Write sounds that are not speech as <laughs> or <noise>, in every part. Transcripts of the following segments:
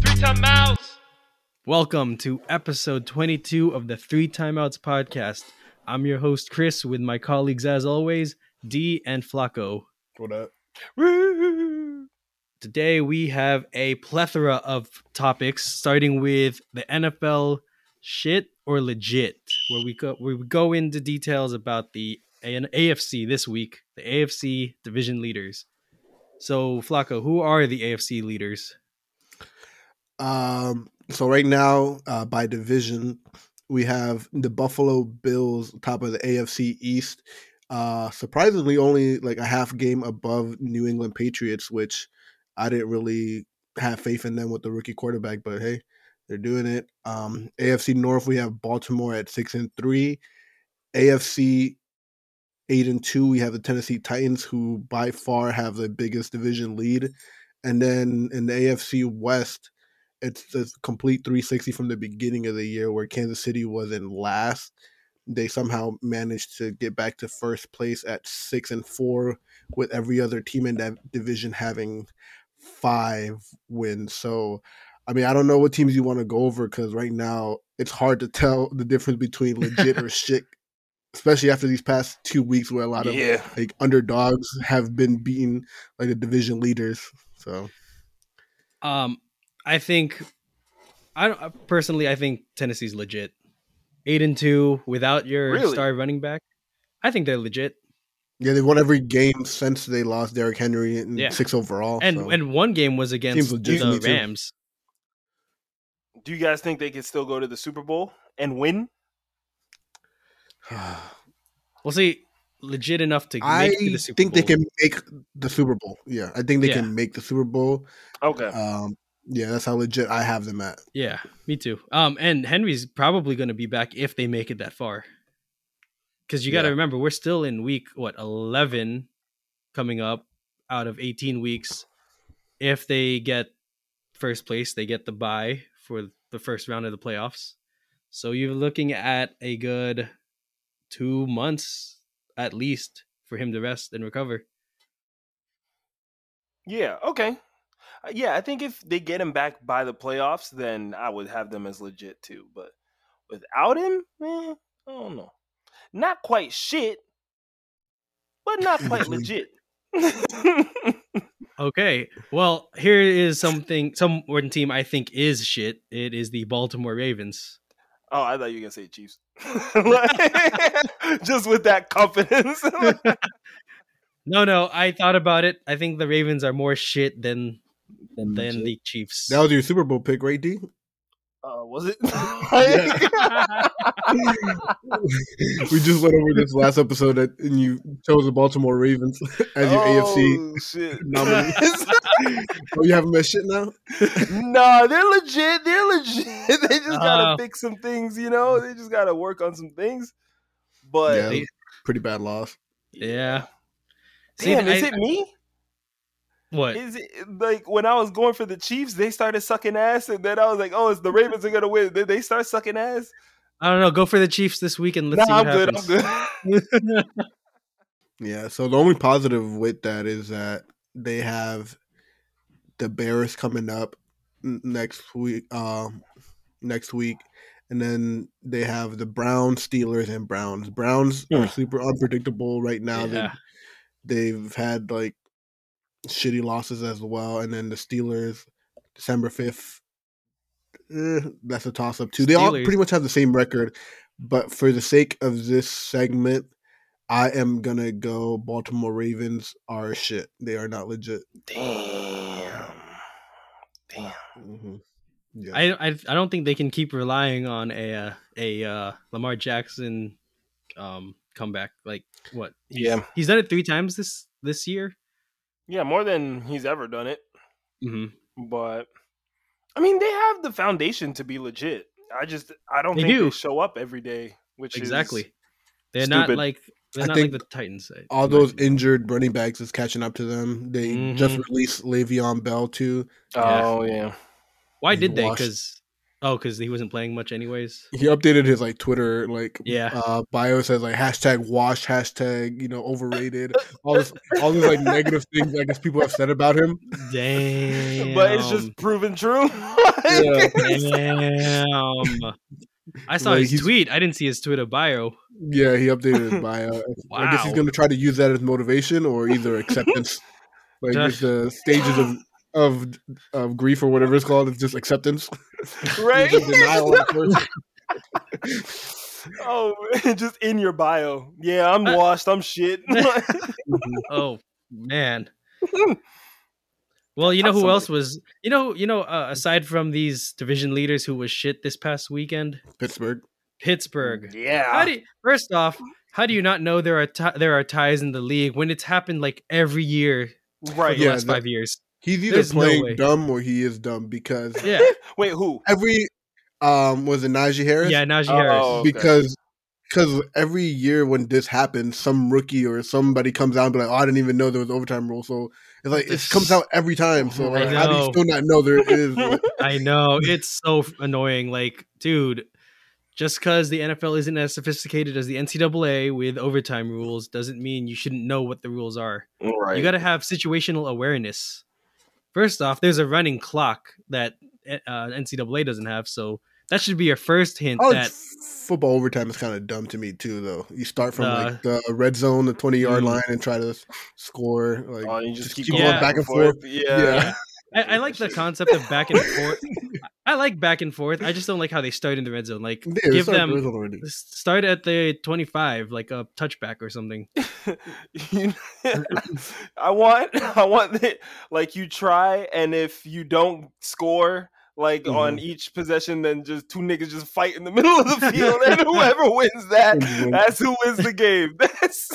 timeouts. Welcome to episode 22 of the Three Timeouts podcast. I'm your host, Chris, with my colleagues, as always, D and Flacco. What up? Today, we have a plethora of topics, starting with the NFL shit or legit, where we go, where we go into details about the an AFC this week, the AFC division leaders. So, Flacco, who are the AFC leaders? Um, so right now, uh, by division, we have the Buffalo Bills top of the AFC East. Uh, surprisingly, only like a half game above New England Patriots, which I didn't really have faith in them with the rookie quarterback. But hey, they're doing it. Um, AFC North, we have Baltimore at six and three. AFC eight and two, we have the Tennessee Titans, who by far have the biggest division lead. And then in the AFC West, it's a complete 360 from the beginning of the year where Kansas City was in last. They somehow managed to get back to first place at six and four, with every other team in that division having five wins. So, I mean, I don't know what teams you want to go over because right now it's hard to tell the difference between legit or shit, especially after these past two weeks where a lot of Yeah. like underdogs have been beaten, like the division leaders. So, Um, I think, I don't uh, personally. I think Tennessee's legit. Eight and two without your Really? star running back. I think they're legit. Yeah, they won every game since they lost Derrick Henry in Yeah. six overall. And <sighs> so. and one game was against Seems legit to the me, too. Rams. Do you guys think they could still go to the Super Bowl and win? We'll see. Legit enough to make I it to the Super think Bowl. they can make the Super Bowl. Yeah, I think they Yeah. can make the Super Bowl. Okay. Um, yeah, that's how legit I have them at. Yeah, me too. Um, and Henry's probably going to be back if they make it that far. Because you got to Yeah. remember, we're still in week what eleven, coming up out of eighteen weeks. If they get first place, they get the bye for the first round of the playoffs. So you're looking at a good two months at least for him to rest and recover. Yeah. Okay. Uh, Yeah, I think if they get him back by the playoffs, then I would have them as legit too. But without him, eh, I don't know. Not quite shit, but not quite legit. <laughs> Oh, Okay. Well, here is something. Some one team I think is shit. It is the Baltimore Ravens. Oh, I thought you were gonna say Chiefs. <laughs> Like, just with that confidence. No, no, I thought about it. I think the Ravens are more shit than than <laughs> the Chiefs. That was your Super Bowl pick, <laughs> right, D? uh, was it? <laughs> we just went over this last episode, that, and you chose the Baltimore Ravens <laughs> as your AFC. Oh, shit. <laughs> <laughs> nominees. Oh, you have them as shit now. nah, they're legit. They're legit. <laughs> They just gotta Uh, fix some things, you know. They just gotta work on some things. But Yeah, they- pretty bad loss. yeah. See, damn, I- is it me? what? Is it like when I was going for the Chiefs, they started sucking ass, and then I was like, oh, it's the Ravens are gonna win. Then they start sucking ass. I don't know. Go for the Chiefs this week and let's see nah, I'm what good. happens. I'm good. <laughs> <laughs> Yeah, so the only positive with that is that they have the Bears coming up n- next week um next week and then they have the Browns, Steelers and Browns. Browns are Hmm. super unpredictable right now. They Yeah. they've had like shitty losses as well and then the Steelers December 5th eh, that's a toss up too. They all Steelers. pretty much have the same record, but for the sake of this segment I am gonna go Baltimore Ravens are shit. They are not legit. Damn. Damn. Mm-hmm. Yeah. I, I I don't think they can keep relying on a uh, a uh, Lamar Jackson um comeback. Like what? He's- Yeah. He's done it three times this this year. Yeah, more than he's ever done it. hmm But I mean, they have the foundation to be legit. I just I don't They think do. they show up every day, which is Exactly. They're not stupid. like they're I not think like the Titans. I- All in my those opinion. injured running backs is catching up to them. They Mm-hmm. just released Le'Veon Bell too. Yeah. Oh yeah. Why He's did they? washed. Because Oh, because he wasn't playing much anyways. He updated his like Twitter like Yeah. uh, bio says like hashtag wash hashtag you know overrated all this all these like negative things I guess people have said about him. Damn. But it's just proven true. <laughs> Yeah. damn. I saw Like, his he's- tweet. I didn't see his Twitter bio. Yeah, he updated his bio. I guess he's Wow. going to try to use that as motivation or <laughs> either acceptance. like Duh. with the stages of of of grief or whatever it's called, it's just acceptance. right? He's in denial at first. <laughs> oh, man, just in your bio. Yeah, I'm washed. I'm shit. Mm-hmm. Oh man. Well, you know who Somebody- else was? You know, you know. Uh, aside from these division leaders who was shit this past weekend, Pittsburgh. Pittsburgh. How <laughs> yeah. do you- first off, how do you not know there are ti there are ties in the league when it's happened like every year for right. the Yeah, last that- five years? He's either There's no playing way. dumb or he is dumb because Yeah, Wait, who? every um was it Najee Harris? yeah. Najee Harris. Oh, okay. because because every year when this happens, some rookie or somebody comes out and be like, "Oh, I didn't even know there was overtime rule." So it's like it This- comes out every time. So I like, how do you know. still not know there is? <laughs> I know it's so f- annoying. Like, dude, just because the NFL isn't as sophisticated as the NCAA with overtime rules doesn't mean you shouldn't know what the rules are. Right. You got to have situational awareness. First off, there's a running clock that uh, NCAA doesn't have, so that should be your first hint College that Oh, football overtime is kind of dumb to me too, though. You start from Uh, like the red zone, the twenty yard mm. line, and try to s- score. Like, Uh, Oh, you just keep going back and Yeah. yeah, I, I like the concept of back and forth. I like back and forth. I just don't like how they start in the red zone. Like, Yeah, it's give not them- uh, red zone already. start at the 25, like a touchback or something. <laughs> Mm, You- <laughs> I want I want that like you try and if you don't score like on Mm-hmm. each possession, then just two niggas just fight in the <laughs> middle of the field and <laughs> whoever wins that that's who wins the game. <laughs> That's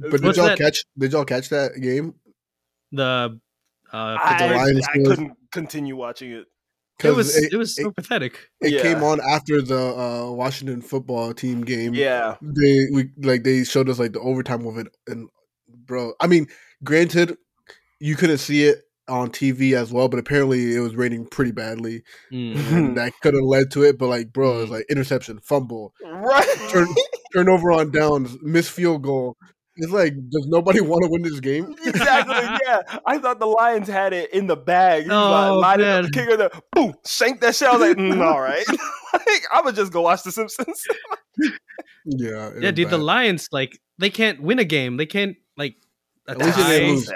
But did What's y'all that? catch? Did y'all catch that game? The uh, Pittsburgh I, Lions I was- couldn't continue watching it. it 'Cause was it, it, was so pathetic. it yeah. came on after the uh, Washington football team game. Yeah. they we like they showed us like the overtime of it and bro i mean granted you couldn't see it on tv as well but apparently it was raining pretty badly <laughs> Mm. and that could have led to it but like bro Hmm. it's like interception fumble Right. <laughs> <laughs> turn turnover on downs missed field goal it's like does nobody <laughs> want to win this game <laughs> exactly. Yeah, I thought the Lions had it in the bag. He was Oh, like, lined up, man. kicker there, boom, shank that shit. I was <laughs> like, mm, all right. <laughs> like, I would just go watch The Simpsons. yeah it Yeah, was dude, the bad. Lions like they can't win a game. They can't like a least they <laughs> didn't tie. lose.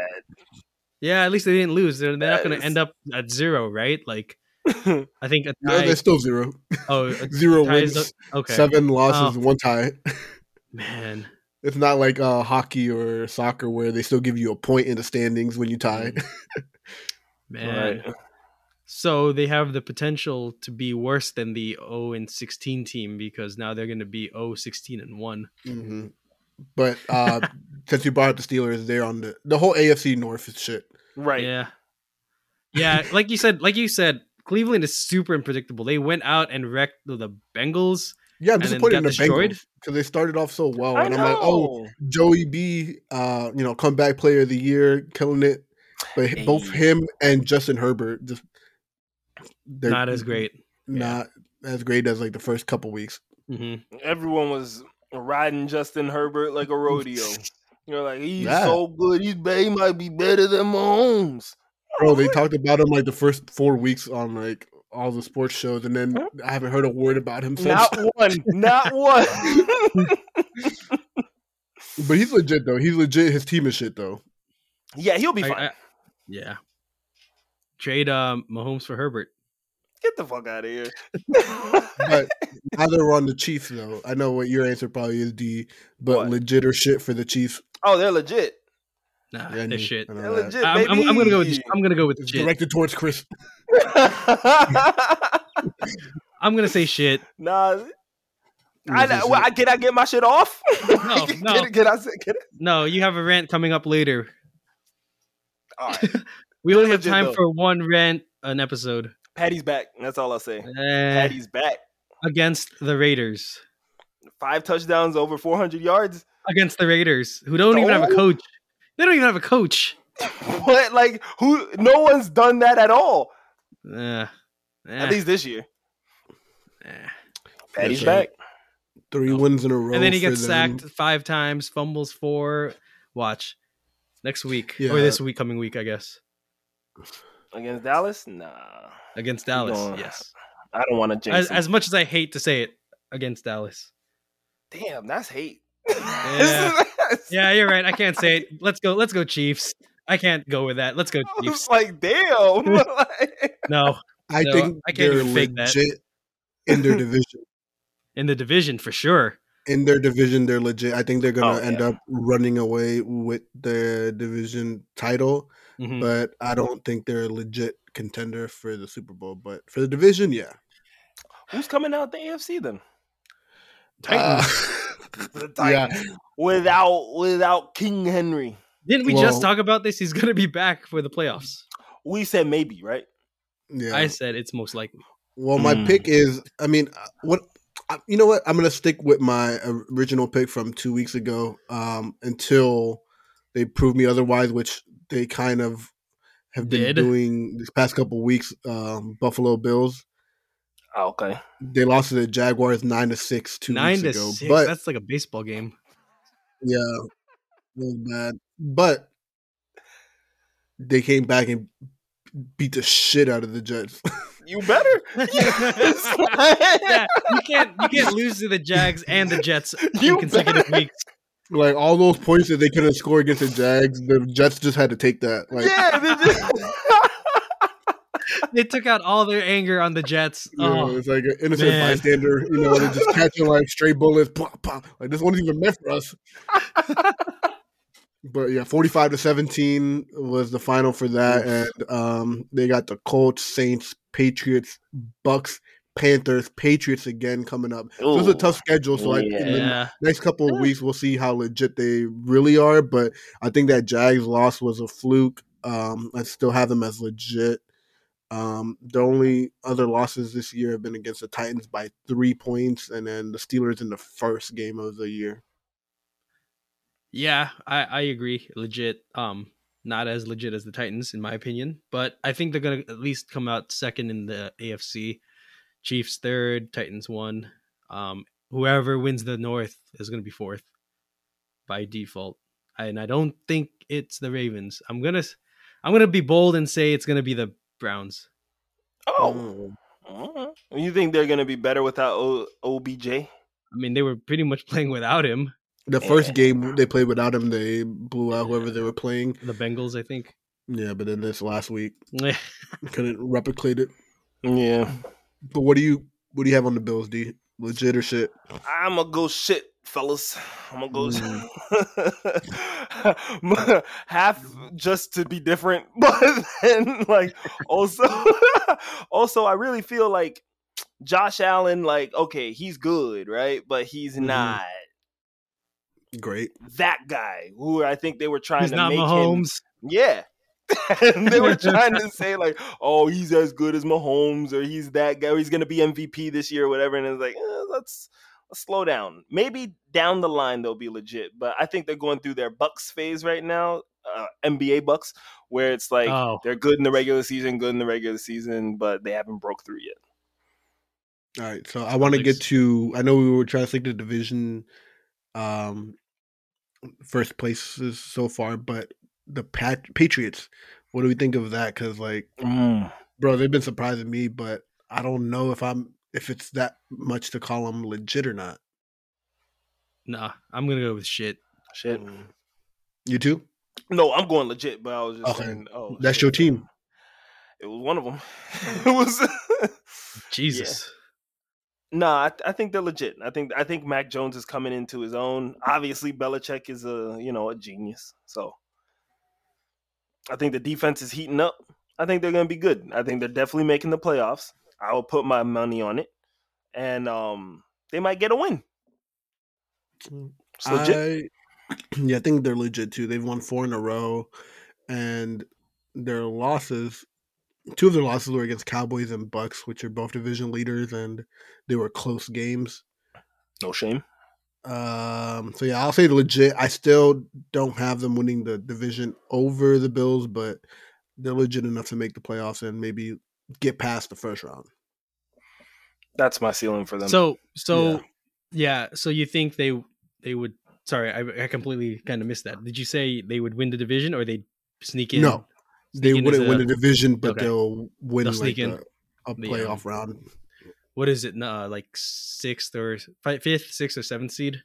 Yeah, at least they didn't lose. They're, they're not going Yes. to end up at zero, right? Like I think a no, tie. they're still zero oh, a <laughs> zero ties wins okay, seven losses Oh. one tie <laughs> man. it's not like uh, hockey or soccer where they still give you a point in the standings when you Hmm. tie Man. So they have the potential to be worse than the 0 and 16 team because now they're going to be 0 16 and 1. hmm But uh, <laughs> since you brought up the Steelers, they're on the the whole AFC North is shit. Right. Yeah. Yeah, like you said, like you said, Cleveland is super unpredictable. They went out and wrecked the Bengals. Yeah, I'm And then disappointed in the got destroyed? Bengals because they started off so well, I and I'm like, oh, know. Joey B, uh, you know, comeback player of the year, killing it. But h- both Hey. him and Justin Herbert just they're Not as great. not as great as like the first couple weeks. hmm Mm-hmm. everyone was riding Justin Herbert like a <laughs> rodeo. You're like, he's Yeah. so good. He's ba- he might be better than Mahomes. Bro, <laughs> they talked about him like the first four weeks on like all the sports shows, and then I haven't heard a word about him since. Not one. <laughs> Not one. But he's legit though. He's legit. His team is shit though. <laughs> yeah, he'll be I- fine. I- yeah. Trade um, Mahomes for Herbert. Get the fuck out of here. <laughs> but now they're on the Chiefs though. I know what your answer probably is D, but What? legit or shit for the Chiefs. oh, they're legit. Nah, Yeah, I uh, knew- this Ah, shit. I know They're that. legit, I'm, I'm, I'm gonna go. With, baby. I'm gonna go with It's shit. directed towards Chris. I'm gonna say shit. <laughs> nah, I, Legit. well, I, can I get my shit off? <laughs> No, can, no. Can, can I? say- Can I? No, you have a rant coming up later. All right. <laughs> We only have Legit, time though. for one rant an episode Patty's back. That's all I'll say. Eh, Patty's back. against the Raiders. Five touchdowns over 400 yards. Against the Raiders, who don't even have a Oh. coach. They don't even have a coach. What? Like who? No one's done that at all. Eh, eh. At least this year. Eh. Patty's Listen, back. Three No. wins in a row. and then he for gets them. sacked five times, fumbles four. Watch next week Yeah. or this week, coming week, I guess, Against Dallas? Nah. against Dallas. gonna- Yes, I don't want to jinx as, him. as much as I hate to say it, against Dallas. Damn, that's hate. <laughs> Yeah. Yeah, you're right. I can't say <laughs> it. Let's go. Let's go Chiefs. I can't go with that. Let's go Oh, I was Chiefs. like, <laughs> damn. <laughs> Like, No, I No, think I can't they're even fake that. legit in their division. in the division for sure. In their division, they're legit. I think they're gonna Oh, end yeah. up running away with their division title, Mhm. but I don't think they're a legit contender for the Super Bowl. But for the division, yeah. who's coming out the AFC then? <laughs> Uh, The Ah, Titans. Without without King Henry. Didn't we just Well- talk about this? He's gonna be back for the playoffs. We said maybe, right? yeah. I said it's most likely. Well, my Hmm. Mm. pick is. I mean, uh, what? I- You know what? I'm gonna stick with my original pick from two weeks ago um, until they prove me otherwise, which they kind of have been Did. doing these past couple weeks. Um, Buffalo Bills. Oh, okay. They lost to the Jaguars nine to six two Nine weeks to ago, six. but That's like a baseball game. yeah, it was bad. But they came back and beat the shit out of the Jets. You <laughs> better. <laughs> yeah, you can't you can't lose to the Jags and the <laughs> Jets You in consecutive weeks. like all those points that they couldn't score against the Jags, the Jets just had to take that. Like, yeah, they just- They took out all their anger on the Jets. You know, Oh, it's like an innocent man. bystander, you know, they're just catching like stray bullets. Pop, pop. Like this wasn't even meant <laughs> for us. but yeah, forty-five to seventeen was the final for that, and um, they got the Colts, Saints, Patriots, Bucks, Panthers, Patriots again coming up. So it's <laughs> a Ooh. tough schedule. So I, in the yeah. next couple of weeks, we'll see how legit they really are. But I think that Jags loss was a fluke. Um, I still have them as legit. Um, the only other losses this year have been against the Titans by three points, and then the Steelers in the first game of the year. Yeah, I, I agree. Legit. Um, not as legit as the Titans, in my opinion, but I think they're gonna at least come out second in the AFC. Chiefs third, Titans one. Um, whoever wins the North is gonna be fourth by default, and I don't think it's the Ravens. I'm gonna s- I'm gonna be bold and say it's gonna be the Browns. oh, Alright. you think they're gonna be better without o- OBJ? I mean, they were pretty much <laughs> playing without him. the Yeah. first game they played without him, they blew out whoever they were playing. The Bengals, I think. <laughs> Yeah, but then this last week couldn't replicate it. Yeah, But what do you what do you have on the Bills? D legit or shit? I'm gonna go shit, fellas. I'm gonna go Mm. <laughs> half just to be different, <laughs> but then like also, <laughs> also I really feel like Josh Allen. Like, okay, he's good, right? But he's Mhm. not Great. that guy who I think they were trying He's to not make him. Mahomes. Yeah. <laughs> and they were trying to say like, oh, he's as good as Mahomes, or he's that guy, or he's gonna be MVP this year, or whatever. And it's like, eh, let's let's slow down. Maybe down the line they'll be legit, but I think they're going through their Bucks phase right now, uh, NBA Bucks, where it's like oh, they're good in the regular season, good in the regular season, but they haven't broke through yet. All right, so I want to get Thanks. to. I know we were trying to think the division, um, first places so far, but the Pat- Patriots. What do we think of that? Because like, Mm, bro, they've been surprising me, but I don't know if I'm if it's that much to call them legit or not. nah. I'm gonna go with shit. Shit. You too? Mm. No, I'm going legit, but I was just Okay. saying, oh, That's shit. your team. It was one of them. <laughs> it was. <laughs> Jesus. No, I, th- I think they're legit. I think I think Mac Jones is coming into his own. Obviously, Belichick is a you know a genius. So I think the defense is heating up. I think they're going to be good. I think they're definitely making the playoffs. I will put my money on it, and um, they might get a win. It's legit. I, <clears throat> yeah, I think they're legit too. They've won four in a row, and their losses, two of their losses were against Cowboys and Bucks, which are both division leaders, and they were close games. no shame. Um, so yeah, I'll say legit. I still don't have them winning the division over the Bills, but they're legit enough to make the playoffs and maybe get past the first round. That's my ceiling for <laughs> Um, them. So so yeah. so you think they they would sorry, I, I completely kind of missed that. Did you say they would win the division or they'd sneak in? No, they sneak in as wouldn't win a- the division, but Okay. they'll win They'll like sneak in a, the, a um, playoff round. What is it? Uh, like sixth or fi- fifth, sixth or seventh seed?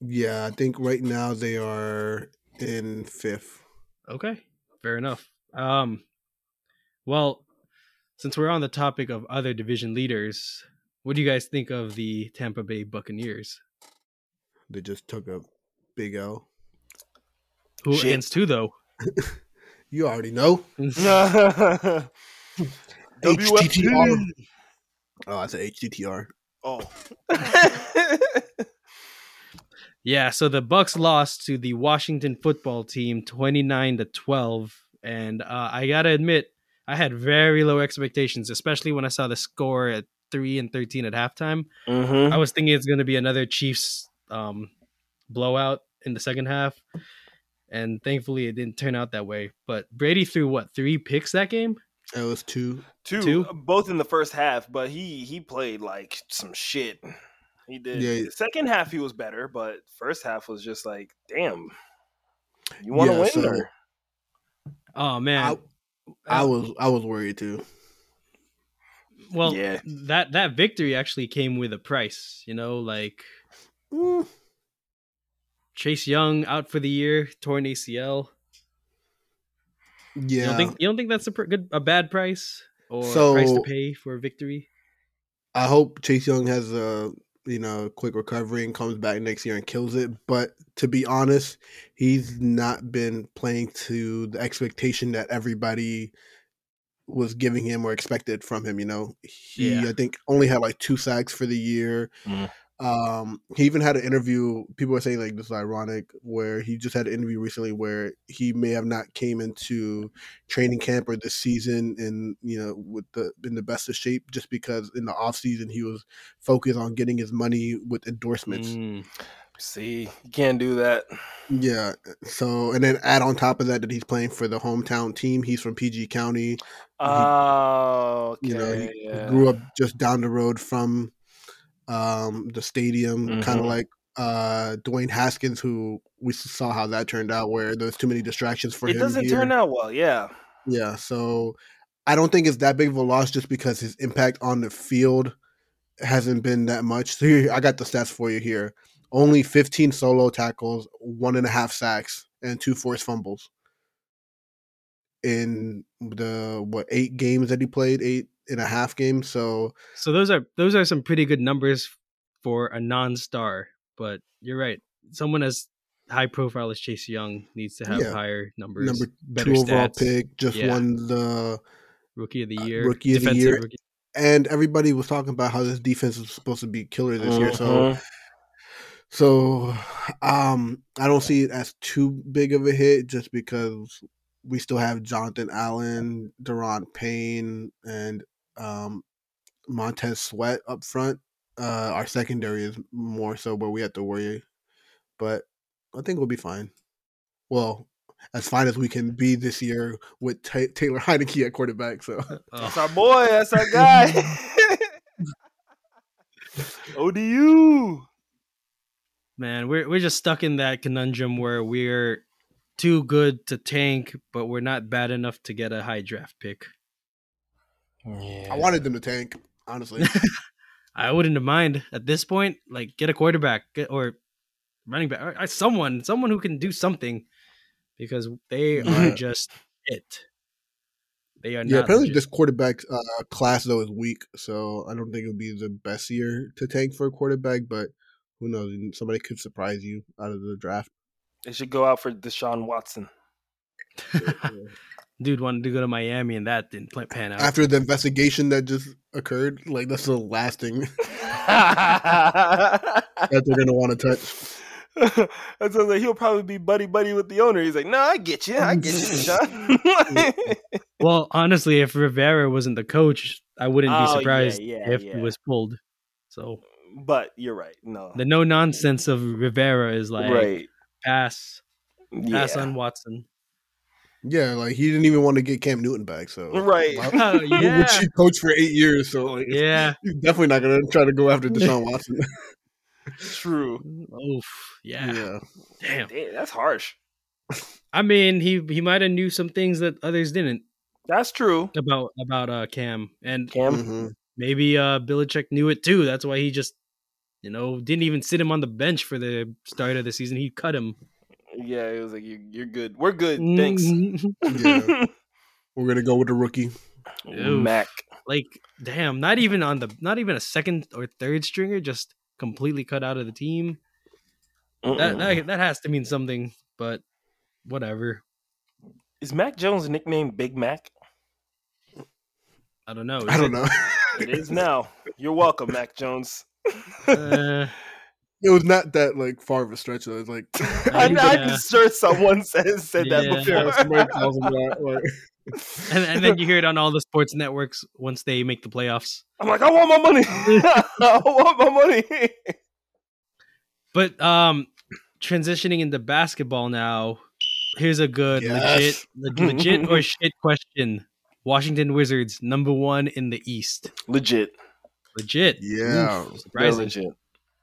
Yeah, I think right now they are in fifth. Okay, fair enough. Um, well, since we're on the topic of other division leaders, what do you guys think of the Tampa Bay Buccaneers? They just took a big L. Who Shit. against who though? You already know. WFT. HTTR. Oh, I said HTTR. Oh. <laughs> Yeah, so the Bucks lost to the Washington football team 29 to 12 and uh, I got to admit I had very low expectations especially when I saw the score at 3 and 13 at halftime. hmm I was thinking it's going to be another Chiefs um, blowout in the second half and thankfully it didn't turn out that way. But Brady threw what, 3 picks that game? That was two. Two, uh, Two? both in the first half, but he he played like some shit. He did. Yeah. Second half he was better, but first half was just like, damn. You want to Yeah, win? so- or- Oh man. I was I was worried too. well Yeah. that that victory actually came with a price, you know, like Mm, Chase Young out for the year, torn ACL. You Yeah, don't think you don't think that's a pr- good a bad price or So- price to pay for a victory? I hope Chase Young has a you know quick recovery and comes back next year and kills it. But to be honest, he's not been playing to the expectation that everybody was giving him or expected from him. You know, he Yeah. I think only had like two sacks for the year. Mhm. Um, he even had an interview. People were saying like this is ironic, where he just had an interview recently where he may have not came into training camp or this season in you know with the in the best of shape just because in the off season he was focused on getting his money with endorsements. Mm. mm. See, you can't do that. Yeah. So and then add on top of that that he's playing for the hometown team. He's from PG County. Oh, okay. You know, he yeah. Grew up just down the road from um the stadium, kind Mhm. of like uh Dwayne Haskins who we saw how that turned out where there's too many distractions for It him. doesn't here. turn out well. Yeah. Yeah, so I don't think it's that big of a loss just because his impact on the field hasn't been that much. So here, I got the stats for you here. Only 15 solo tackles, one and a half sacks, and two forced fumbles in the what eight games that he played, eight and a half games. So So those are those are some pretty good numbers for a non-star, but you're right. Someone as high profile as Chase Young needs to have Yeah. higher numbers. number better two overall stats, pick, just Yeah. won the rookie of the uh, year, rookie of the defensive year. rookie. and everybody was talking about how this defense was supposed to be killer this year. So Mhm. So, um, I don't see it as too big of a hit just because we still have Jonathan Allen, Deron Payne, and um, Montez Sweat up front. Uh, our secondary is more so where we have to worry, but I think we'll be fine. Well, as fine as we can be this year with Ta Taylor Heineke at quarterback. So, that's Oh, our boy. That's our <laughs> guy. <laughs> ODU. man, we're we're just stuck in that conundrum where we're too good to tank, but we're not bad enough to get a high draft pick. Yeah. I wanted them to tank, honestly. I wouldn't mind at this point. Like, get a quarterback get, or running back, or, or someone, someone who can do something, because <laughs> they are Yeah. just it. They are Yeah, not. apparently legit. this quarterback uh, class though is weak, so I don't think it'll be the best year to tank for a quarterback. But who knows? Somebody could surprise you out of the <laughs> draft. They should go out for Deshaun Watson. uh, dude wanted to go to Miami, and that didn't pl- pan out. After the investigation that just occurred, like that's the last thing <laughs> that they're gonna want to touch. <laughs> That's what I was like, he'll probably be buddy buddy with the owner. He's like, no, I get you, I get you, <laughs> Deshaun. well, honestly, if Rivera wasn't the coach, I wouldn't Oh, be yeah, surprised yeah, if yeah. he was pulled. So but you're right. No, the no nonsense of Rivera is like ah, right. pass, Yeah. pass on Watson. Yeah, like he didn't even want to get Cam Newton back. So Right. Why- <laughs> Oh, yeah. Which he coached for eight years, so like, Yeah. he's definitely not gonna try to <laughs> go after Deshaun Watson. <laughs> True. Oof. Yeah. Damn. Damn, that's harsh. I mean, he he might have knew some things that others didn't That's true. about about uh Cam, and Cam. <laughs> Mhm. maybe uh Belichick knew it too. That's why he just, you know, didn't even sit him on the bench for the start of the season. He cut him. Yeah, it was like you, you're good. We're good. Thanks. <laughs> Yeah. We're gonna go with the rookie. Oof. Mac. like damn not even on the not even a second or third stringer just completely cut out of the team that Mm-mm. that, that has to mean something but whatever Is Mac Jones' nickname Big Mac? i don't know I don't know. <laughs> It is now. You're welcome, Mac <laughs> Jones. uh, it was not that like far of a stretch. Though. It was like I, Yeah. I'm sure someone <laughs> says said Yeah. that yeah, before. somebody calls him that. Like, and, and then you hear it on all the sports networks once they make the playoffs I'm like, I want my <laughs> money. I want my money. but um transitioning into basketball now here's a good Yes. legit <laughs> le- legit or shit question washington wizards number one in the east Legit. legit yeah, Very surprising legit.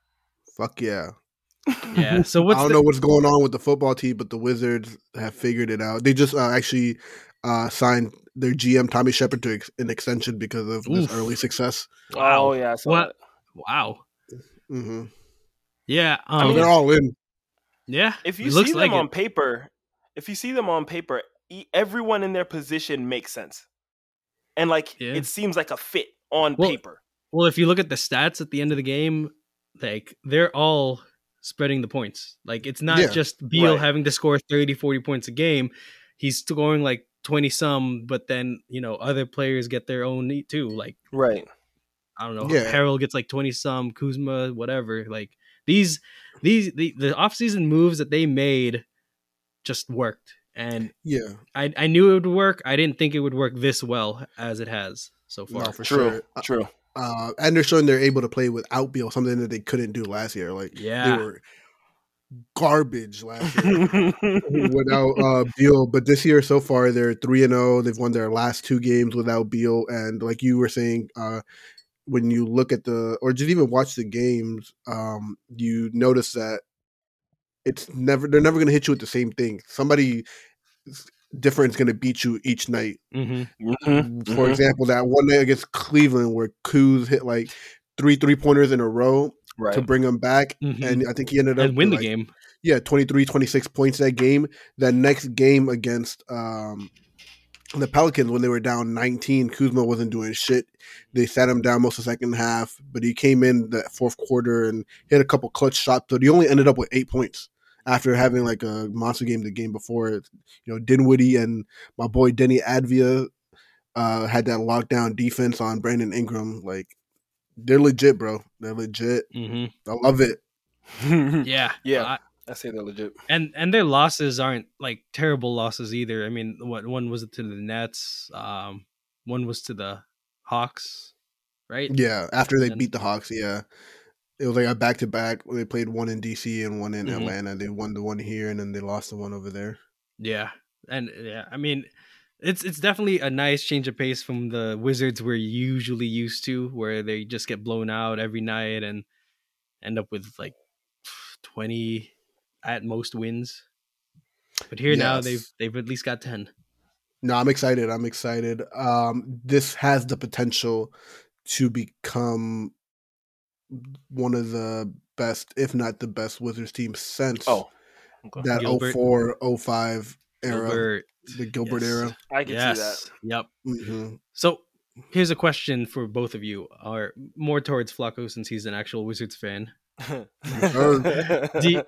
<laughs> fuck yeah. <laughs> yeah so what's I don't the know what's going on with the football team, but the Wizards have figured it out. They just uh, actually uh, signed their GM Tommy Shepard to ex- an extension because of his Oof. early success. Wow. Oh yeah. I saw What? that. wow hmm yeah um, I mean, they're all in. Yeah. If it you looks see them like on it. paper, if you see them on paper, e- everyone in their position makes sense, and like Yeah. it seems like a fit on Well, paper. well, if you look at the stats at the end of the game, like they're all spreading the points. Like it's not Yeah, just Beal right. having to score 30, 40 points a game. He's scoring like 20 some, but then, you know, other players get their own need too. Like, Right. I don't know, Yeah. Harold gets like 20 some, Kuzma, whatever. Like these these the, the offseason moves that they made just worked. And Yeah, I, I knew it would work. I didn't think it would work this well as it has so far. no, for True. sure. <laughs> Uh, True. Uh, and they're showing they're able to play without Beal, something that they couldn't do last year. Like Yeah. they were garbage last year. Mm-hmm. without uh, Beal. But this year so far, they're three and zero. They've won their last two games without Beal. And like you were saying, uh, when you look at the or just even watch the games, um, you notice that it's never they're never going to hit you with the same thing. Somebody different is going to beat you each night. hmm Mhm, For mhm. example, that one night against Cleveland where Kuz hit like three three pointers in a row Right. to bring them back. Mhm. And I think he ended up and win with, the like, game. yeah 23 26 points that game that next game against um the pelicans when they were down 19 kuzma wasn't doing shit they sat him down most of the second half but he came in that fourth quarter and hit a couple clutch shots so he only ended up with eight points after having like a monster game the game before you know dinwiddie and my boy denny advia uh had that lockdown defense on brandon ingram like they're legit bro they're legit Mm-hmm. i love it Yeah, Yeah. I- I say they're legit. and and their losses aren't like terrible losses either. I mean, what one was to the Nets, um, one was to the Hawks, right? Yeah, after they And- beat the Hawks, yeah. It was like a back to back. They played one in DC and one in Mhm. Atlanta. They won the one here and then they lost the one over there. Yeah, and yeah, I mean, it's it's definitely a nice change of pace from the Wizards we're usually used to, where they just get blown out every night and end up with like twenty at most wins. But here now Yes. they've they've at least got ten. No, I'm excited. I'm excited. Um, this has the potential to become one of the best, if not the best, Wizards team since Oh, okay. that Gilbert. 04, 05 era, Gilbert, the Gilbert yes. Mm-hmm. era. I can yes, yep. hmm So here's a question for both of you, or more towards Flacco since he's an actual Wizards fan. <laughs> see that. <laughs> Do you,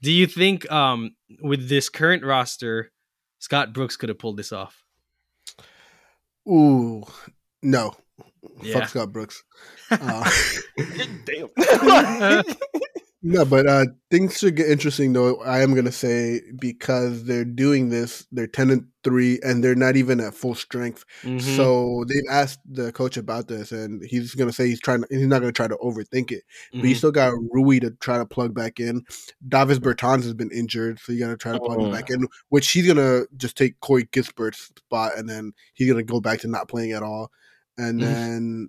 do you think um, with this current roster, Scott Brooks could have pulled this off? Ooh, no. Yeah. <laughs> <laughs> <laughs> Fuck Scott Brooks. Uh, Damn. No, but uh, things should get interesting though. I am gonna say because they're doing this, they're ten and three, and they're not even at full strength. Mhm. So they've asked the coach about this, and he's gonna say he's trying. To, he's not gonna try to overthink it, but you Mhm. still got Rui to try to plug back in. Davis Bertans has been injured, so you got to try to plug Oh. him back in, which he's gonna just take Corey Gisbert's spot, and then he's gonna go back to not playing at all. And Mhm. then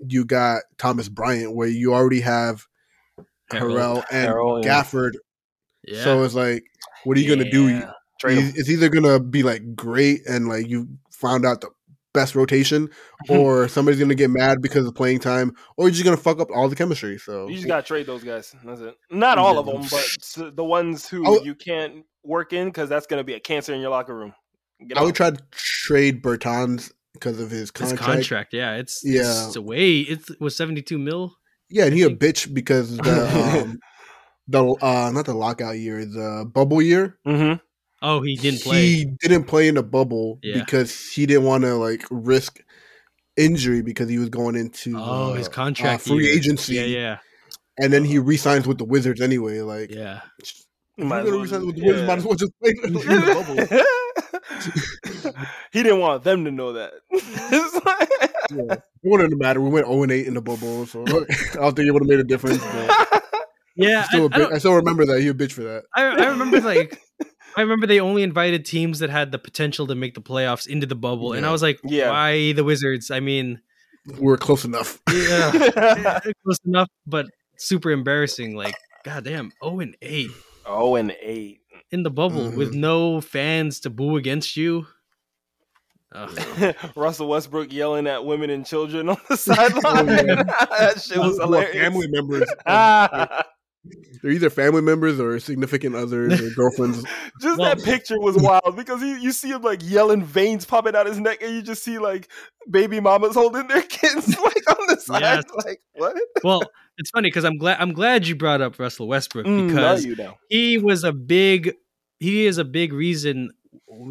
you got Thomas Bryant, where you already have Harold. Harrell and Harrell and- Gafford. Yeah. So it's like, what are you gonna do? Yeah. Trade He's- him. It's either gonna be like great and like you found out the best rotation, or somebody's gonna get mad because of playing time, or you're just gonna fuck up all the chemistry. So You just gotta trade those guys. That's it. Not all of Yeah. <laughs> them, but s- the ones who I would- you can't work in because that's gonna be a cancer in your locker room. Get I would out. try to trade Bertans because of his His contract. contract, yeah, it's Yeah. it's way it was seventy two mil. Yeah, and he a bitch because the um, the uh, not the lockout year, the bubble year. Mhm. Oh, he didn't play. He didn't play in the bubble Yeah. because he didn't want to like risk injury because he was going into oh, his uh, contract free year. agency. Yeah, yeah, and then he resigns with the Wizards anyway. Like, if Uh-huh. yeah. you're Might as gonna well resign just- with the Wizards, yeah. might as well just <laughs> play in the <laughs> bubble. <laughs> he didn't want them to know that. <laughs> It's like- Yeah. It wouldn't matter. We went 0 and 8 in the bubble, so <laughs> I don't think it would have made a difference. <laughs> But Yeah, I, still a I bit- don't- I, still remember that he a bitch for that. I, I <laughs> remember like I remember they only invited teams that had the potential to make the playoffs into the bubble, and I Yeah. was like, Yeah. why the Wizards? I mean, <laughs> We were close enough. yeah, close enough, but super embarrassing. Like, goddamn, zero and eight oh and eight. in the bubble with Mhm. Mm-hmm. no fans to boo against you. Ugh. <laughs> Russell Westbrook yelling at women and children on the <laughs> sideline. Oh, <laughs> that shit <laughs> was Who are hilarious. family <laughs> members. <laughs> Ah. They're either family members or significant others or <laughs> girlfriends. Just Well- that picture was wild because you, you see him like yelling veins popping out his neck, and you just see like baby mamas holding their <laughs> kids like on the side. Yes. Like what? well, it's funny because I'm glad I'm glad you brought up Russell Westbrook Mm, now because you know. he was a big he is a big reason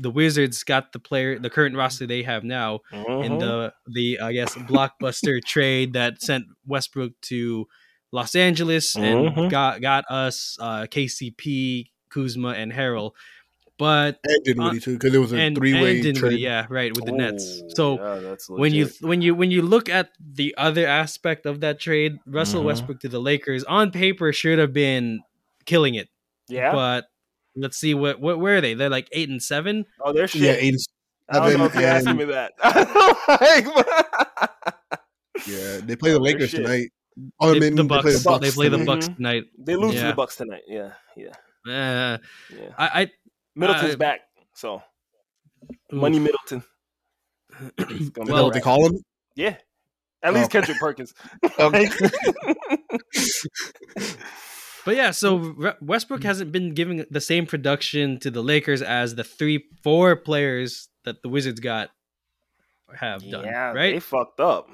the Wizards got the player the current roster they have now in Mm-hmm. Uh-huh. the the I guess <laughs> blockbuster trade that sent Westbrook to Los Angeles and Uh-huh. Mhm. got got us uh, KCP, Kuzma, and Harrell. But And Dinwiddie, too, because it was a Uh, and, three way and Dinwiddie, trade. yeah, right with the Nets. Oh, So yeah, that's when you legit. when you when you look at the other aspect of that trade, Russell Uh-huh. Mhm. Westbrook to the Lakers on paper should have been killing it, yeah, but let's see what what where are they? They're like eight and seven. oh, they're shit. Yeah, eight, I don't know if you're seven asking me that. <laughs> Like, <laughs> yeah, they play Oh, they're the Lakers shit. tonight. Oh, I they, mean, the Bucks. They play the Bucks. They play the tonight. Bucks Mhm. tonight. they lose to Yeah. the Bucks tonight. Yeah, yeah, Uh, yeah. I, Middleton's Uh, back, so I Money Middleton. It's gonna Is be that Well- what they alright. call him? yeah. At least Oh. Kendrick <laughs> Perkins. <laughs> Um, Like- But yeah, so Re- Westbrook hasn't been giving the same production to the Lakers as the three, four players that the Wizards got have done, yeah, right? They fucked up.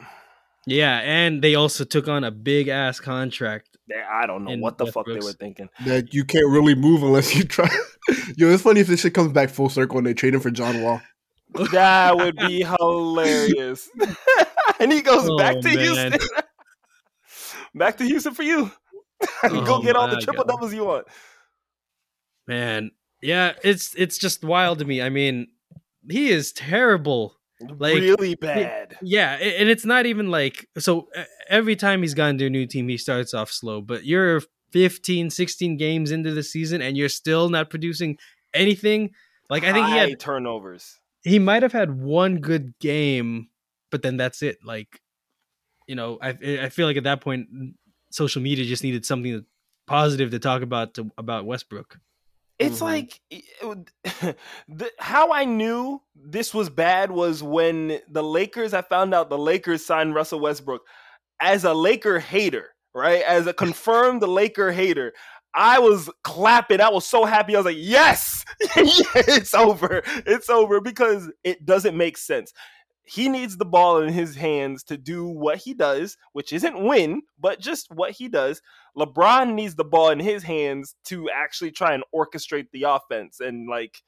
yeah, and they also took on a big ass contract. They- I don't know And what the fuck they were Westbrook's- <laughs> thinking. that you can't really move unless you try. <laughs> Yo, it's funny if this shit comes back full circle and they trade him for John Wall. That would be hilarious. <laughs> and he goes Oh, back to man. Houston. back to Houston for you. <laughs> Go Oh, get all the my triple God. doubles you want. Man, yeah, it's it's just wild to me. I mean, he is terrible. Like, really bad. Yeah, a- and it's not even like so e- every time he's gone to a new team, he starts off slow, but you're 15, 16 games into the season and you're still not producing anything. Like I think he High had turnovers. he might have had one good game, but then that's it. Like you know, I I feel like at that point social media just needed something positive to talk about to, about Westbrook. It's Mhm. like it- it would- <laughs> the, how I knew this was bad was when the Lakers. I found out the Lakers signed Russell Westbrook as a Laker hater, right? As a confirmed Laker hater. I was clapping. I was so happy. I was like, "Yes, <laughs> it's over. It's over." Because it doesn't make sense. He needs the ball in his hands to do what he does, which isn't win, but just what he does. LeBron needs the ball in his hands to actually try and orchestrate the offense and like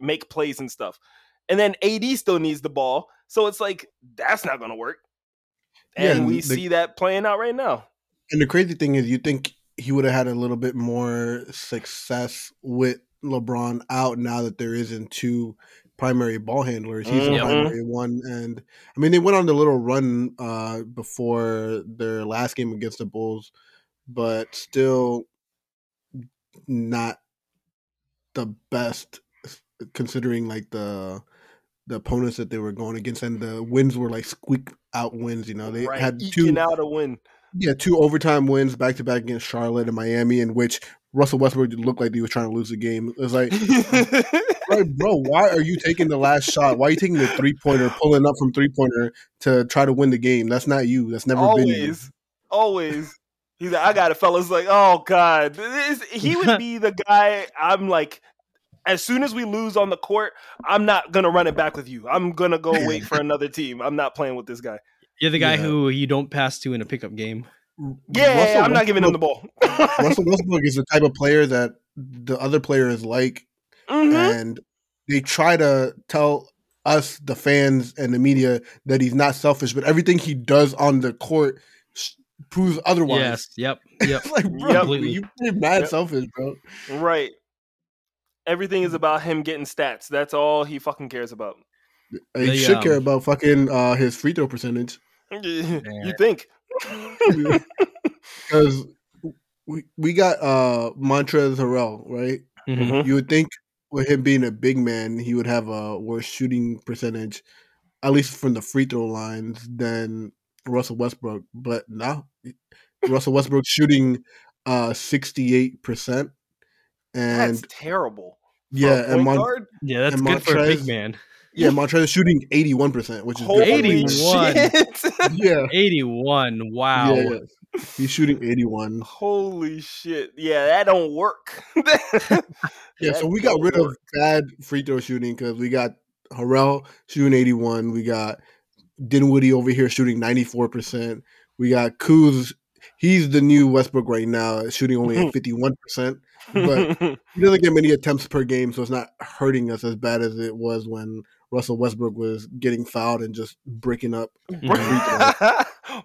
make plays and stuff. And then AD still needs the ball. So it's like that's not going to work. Yeah, And and we the- see that playing out right now. And the crazy thing is, you think he would have had a little bit more success with LeBron out now that there isn't two primary ball handlers. He's the Mhm. primary one, and I mean they went on the little run uh, before their last game against the Bulls, but still not the best considering like the the opponents that they were going against and the wins were like squeak out wins. You know they Right, had two eking out a <laughs> win. yeah, two overtime wins back to back against Charlotte and Miami, in which Russell Westbrook looked like he was trying to lose the game. It was like, right, bro, why are you taking the last shot? Why are you taking the three pointer, pulling up from three pointer to try to win the game? That's not you. That's never been you. always, always. He's like, I got it, fellas. Like, oh god, this, he <laughs> would be the guy. I'm like, as soon as we lose on the court, I'm not gonna run it back with you. I'm gonna go wait for another team. I'm not playing with this <laughs> guy. You're the guy Yeah. who you don't pass to in a pickup game. Yeah, Russell I'm not giving him the Westbrook- ball. <laughs> <laughs> Russell Westbrook is the type of player that the other player is like, Mhm. and they try to tell us the fans and the media that he's not selfish, but everything he does on the court s- proves otherwise. Yes. Yep. Yep. <laughs> It's like, bro, Yep. Completely. you pretty mad Yep. selfish, bro. Right. Everything Mm. is about him getting stats. That's all he fucking cares about. <laughs> He They, should care um, about fucking uh, his free throw percentage <laughs> you think? <laughs> because we we got uh, Montrez Harrell, right? Mm-hmm. Mhm. You would think with him being a big man, he would have a worse shooting percentage, at least from the free throw lines, than Russell Westbrook. But no, Russell Westbrook shooting sixty eight percent, and That's terrible. For a yeah, and point Mon- guard? Yeah, that's And good for a big Montrez- man. yeah, Montrez is shooting eighty one percent, which is <laughs> good. <laughs> Holy for him. 81. <laughs> shit. Yeah, 81. Wow. <laughs> Yeah, yeah. He's shooting 81. Holy shit. Yeah, that don't work. <laughs> Yeah, so That we got don't rid of work. bad free throw shooting because we got Harrell shooting 81. We got Dinwiddie over here shooting 94%. We got Kuz. He's the new Westbrook right now, shooting only Mm-hmm. at 51%. but- He doesn't get many attempts per game, so it's not hurting us as bad as it was when Russell Westbrook was getting fouled and just breaking up. <laughs>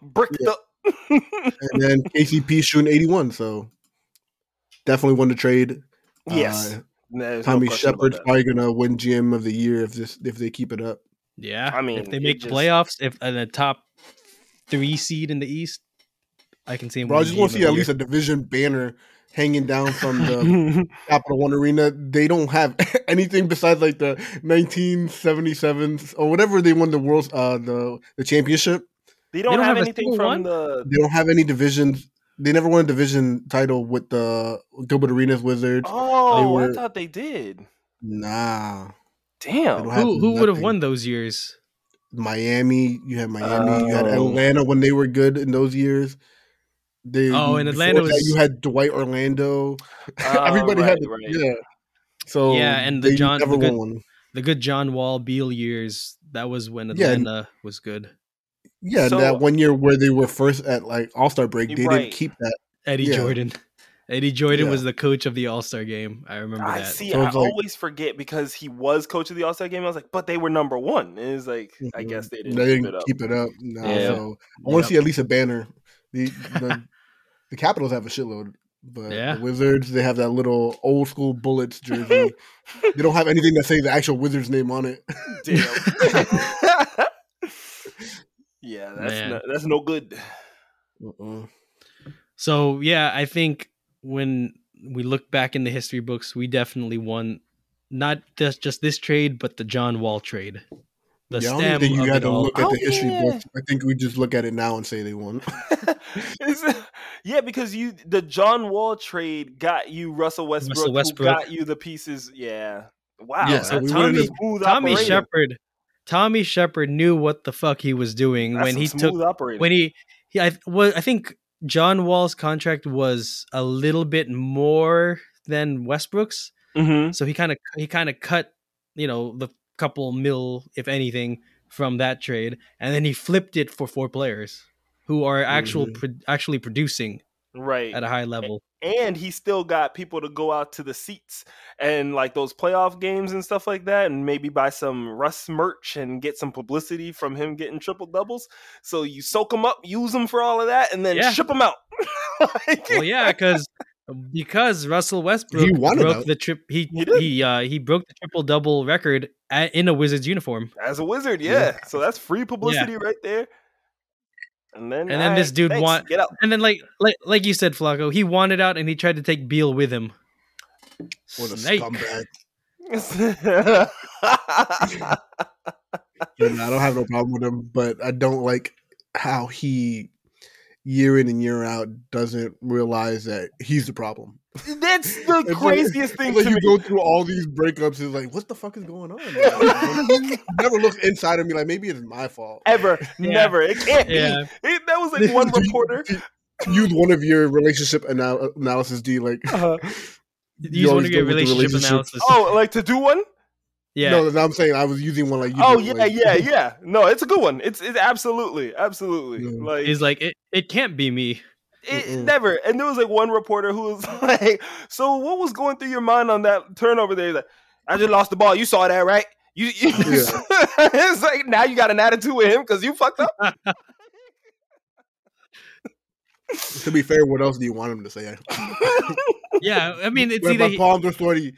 Brick <laughs> Yeah. Uh, the And then KCP shooting 81, so definitely won the trade. Yes. Uh, There's no Tommy question about Shepard's that. probably gonna win GM of the year if this if they keep it up. Yeah. I mean, if they it make the just- playoffs, if and a top three seed in the East, I can see him. Bro, I winning just want to Game of see at the least Year. a division banner hanging down from the Capital One Arena. They don't have <laughs> anything besides like the 1977 or whatever they won the world's uh the the championship. <laughs> they don't, don't have, have a anything single from one? the They don't have any divisions. They never won a division title with the Gilbert Arenas Wizards. Oh, I were- thought they did. Nah, Damn. They don't have Who who would have nothing. won those years? Miami. You had Miami. You had Oh. Atlanta when they were good in those years. They, Oh, and before Atlanta that, was- you had Dwight Orlando. <laughs> Oh, Everybody right, had right. yeah. So Yeah, and the they John- never the good- won. The good John Wall Beal years. That was when Yeah, and- Atlanta was good. Yeah, and So- that one year where they were first at like All Star break, they Right. didn't keep that. Eddie Yeah. Jordan. <laughs> Eddie Jordan Yeah. was the coach of the All Star game. I remember I that. see. So I it's like- always forget because he was coach of the All Star game. I was like, but they were number one. And it's like, I guess they Mm-hmm. didn't, keep it up. keep it up. Nah, Yeah. so I want Yep. to see at least a banner. The the, the Capitals have a shitload, but Yeah. the Wizards they have that little old school <laughs> Bullets jersey. they don't have anything that says the actual Wizards name on it. <laughs> Damn. <laughs> yeah, that's Man. no, that's no good. Uh-uh. So yeah, I think when we look back in the history books, we definitely won not just just this trade, but the John Wall trade. The yeah, I stem don't think you of got it to all. look at Oh, the history yeah. books. I think we just look at it now and say <laughs> they won. It's- yeah, because you the John Wall trade got you Russell Westbrook, who Westbrook. got you the pieces. Yeah, wow. Yeah, that's so we a would've Tommy, just- smooth Tommy operator. Shepard. Tommy Shepard knew what the fuck he was doing That's when a he smooth took operator. when he, he I was I think John Wall's contract was a little bit more than Westbrook's, Mhm. so he kind of he kind of cut you know the couple mil if anything from that trade, and then he flipped it for four players who are actual Mm-hmm. Mhm. pro- actually producing right, at a high level. and he still got people to go out to the seats and like those playoff games and stuff like that, and maybe buy some Russ merch and get some publicity from him getting triple doubles. So you soak him up, use him for all of that, and then Yeah. ship him out. <laughs> <laughs> well, yeah, because because Russell Westbrook He wanted broke out. the trip. He He he, did. uh, he broke the triple double record at, in a Wizards uniform, as a wizard, yeah. Yeah. So that's free publicity right there. And then And then this alright, dude thanks, want- get out. <laughs> and then like like like you said, Flacco, he wanted out, and he tried to take Beal with him. What a Snake. scumbag. You know, I don't have no problem with him, but I don't like how he year in and year out doesn't realize that he's the problem. that's the <laughs> It's like- craziest thing Like to you me. go through all these breakups, it's like, what the fuck is going on? <laughs> Like, never look inside of me like maybe it's my fault. Ever, Yeah. never, it can't <laughs> Yeah, be. It, that was <laughs> like one Do you- reporter. do you- To use one of your relationship anal- analysis, do you like? <laughs> Uh, use one always of go your with the relationship, relationship. analysis. <laughs> oh, like to do one? yeah, No, no, I'm saying I was using one like you. Oh did, yeah, like- yeah, yeah. No, it's a good one. It's it's absolutely, <laughs> absolutely. Yeah. Like he's like it. It can't be me. It Mm-mm. never. And there was like one reporter who was <laughs> like, "So what was going through your mind on that turnover there?" He's like, I just lost the ball. You saw that, right? You, you <laughs> Yeah. it's like now you got an attitude with him because you fucked up. <laughs> <laughs> To be fair, what else do you want him to say? Yeah, I mean it's When either my he- palms <laughs> are sweaty,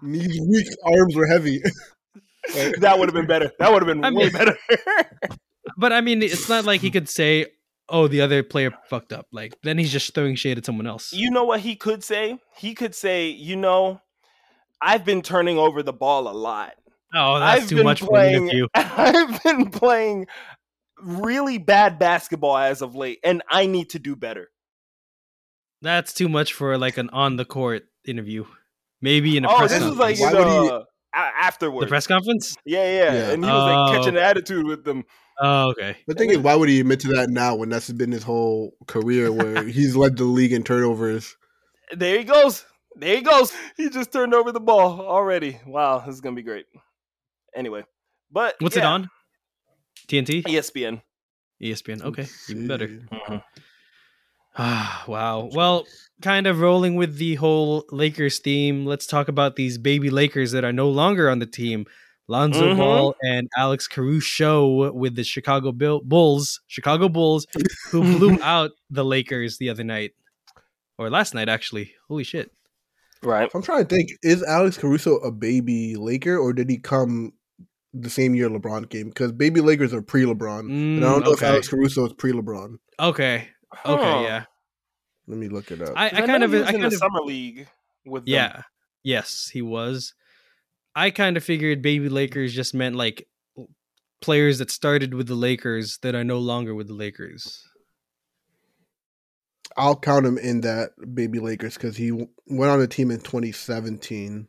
knees weak, arms are heavy. <laughs> that would have been better. That would have been I way mean- better. But I mean, it's not <laughs> like he could say, "Oh, the other player fucked up." Like then he's just throwing shade at someone <laughs> else. you know what he could say? He could say, "You know, I've been turning over the ball a lot." oh, that's I've too been much for playing- me of you. <laughs> I've been playing really bad basketball as of late, and I need to do better. That's too much for like an on the court interview. Maybe in a Oh, press this was like conference. you Why would he- know, a- the afterwards. press conference. Yeah, yeah, Yeah. And he was like catching Oh. an attitude with them. Oh, okay. The thing is, why would he admit to that now when that's been his whole <laughs> career, where he's led the league in turnovers? There he goes. There he goes. He just turned over the ball already. Wow, this is gonna be great. Anyway, but What's it yeah, E on? TNT, ESPN. ESPN. Okay, even better. Shit. Mm-hmm. Ah, <sighs> wow. Well, kind of rolling with the whole Lakers theme. Let's talk about these baby Lakers that are no longer on the team. Lonzo Mhm. Ball and Alex Caruso with the Chicago Bill- Bulls, Chicago Bulls, who blew out the Lakers the other night or last night actually. Holy shit! Right. I'm trying to think. Is Alex Caruso a baby Laker, or did he come the same year LeBron came? Because baby Lakers are pre-LeBron. and I Mm, don't know if okay. Alex Caruso is pre-LeBron. Okay, Oh. okay, yeah. Let me look it up. I, I kind of, he I was in kind the of, summer league with them. yeah, yes, he was. I kind of figured baby Lakers just meant like players that started with the Lakers that are no longer with the Lakers. I'll count him in that baby Lakers because he w- went on the team in 2017,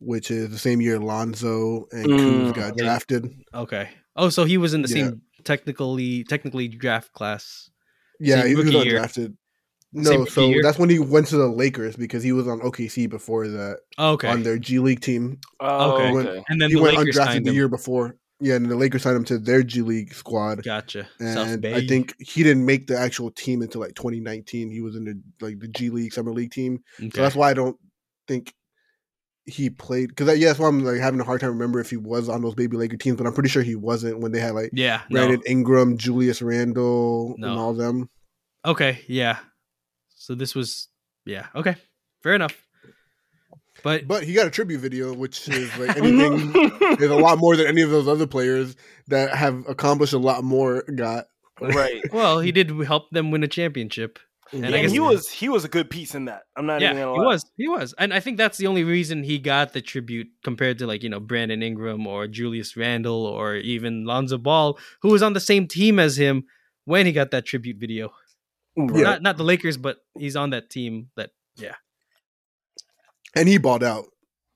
which is the same year Lonzo and Kuz Mm. got drafted. Okay. Oh, so he was in the Yeah. same technically technically draft class. Yeah, Same he was rookie year. undrafted. Same No, rookie so year. that's when he went to the Lakers because he was on OKC before that Oh, Okay. on their G League team. Oh, Okay. okay. and then he the went Lakers undrafted signed the him. year before. Yeah, and the Lakers signed him to their G League squad. Gotcha. South and Bay. I think he didn't make the actual team until like 2019. He was in the like the G League Summer League team, Okay. so that's why I don't think he played. Because yeah, that's why I'm like having a hard time remember if he was on those baby Laker teams, but I'm pretty sure he wasn't when they had like yeah. No. Brandon Ingram, Julius Randle, No. and all them. Okay. Yeah. So this was yeah. Okay. Fair enough. But But he got a tribute video, which is <laughs> like anything <laughs> is a lot more than any of those other players that have accomplished a lot more. Got <laughs> right. well, he did help them win a championship. And, And I guess- he was he was a good piece in that. I'm not yeah, even he gonna lie. was. He was. And I think that's the only reason he got the tribute compared to like, you know, Brandon Ingram or Julius Randle or even Lonzo Ball, who was on the same team as him when he got that tribute video. Yeah. Not not the Lakers, but he's on that team that and he balled out.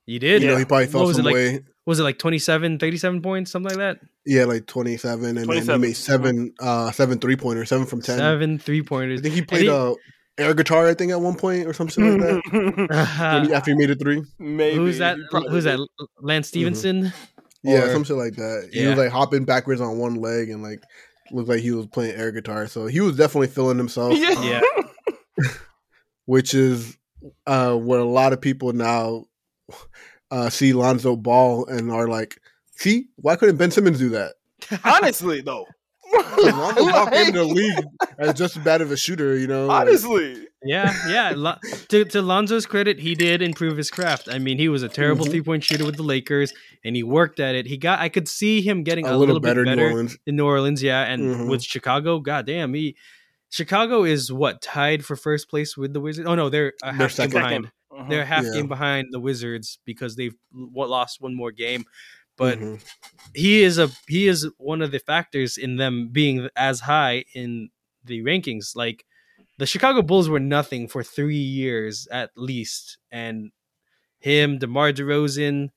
he did. You know, Yeah. he probably What felt was it some like? way. Was it like 27, 37 points, something like that? Yeah, like twenty seven, and then he 27. made seven, uh, seven three pointers, seven from ten. Seven three I pointers. think he played he- uh, air guitar, I think, at one point or <laughs> something like that. Uh, when he- after he made a three, <laughs> Maybe who's that? He probably Who's that? did. Mm-hmm. Lance Stevenson. <laughs> yeah, Or- some shit like that. He Yeah. was like hopping backwards on one leg and like looked like he was playing air guitar. So he was definitely feeling himself, Yeah. <laughs> Yeah. which is uh, what a lot of people now uh, see Lonzo Ball and are like, "See, why couldn't Ben Simmons do that?" Honestly, though. <laughs> Lonzo Ball came Like- into the league as just as bad of a shooter, you know. like- Honestly, Yeah, yeah. Lo- to, to Lonzo's credit, he did improve his craft. I mean, he was a terrible Mhm. three point shooter with the Lakers, and he worked at it. He got. I could see him getting a little better, bit New better Orleans. in New Orleans. Yeah, and Mhm. with Chicago, goddamn, he. Chicago is what tied for first place with the Wizards. Oh no, they're a half They're game second. behind. Mhm. They're a half Yeah. game behind the Wizards because they've w- lost one more game. But Mhm. he is a he is one of the factors in them being as high in the rankings. Like the Chicago Bulls were nothing for three years at least, and him, DeMar DeRozan,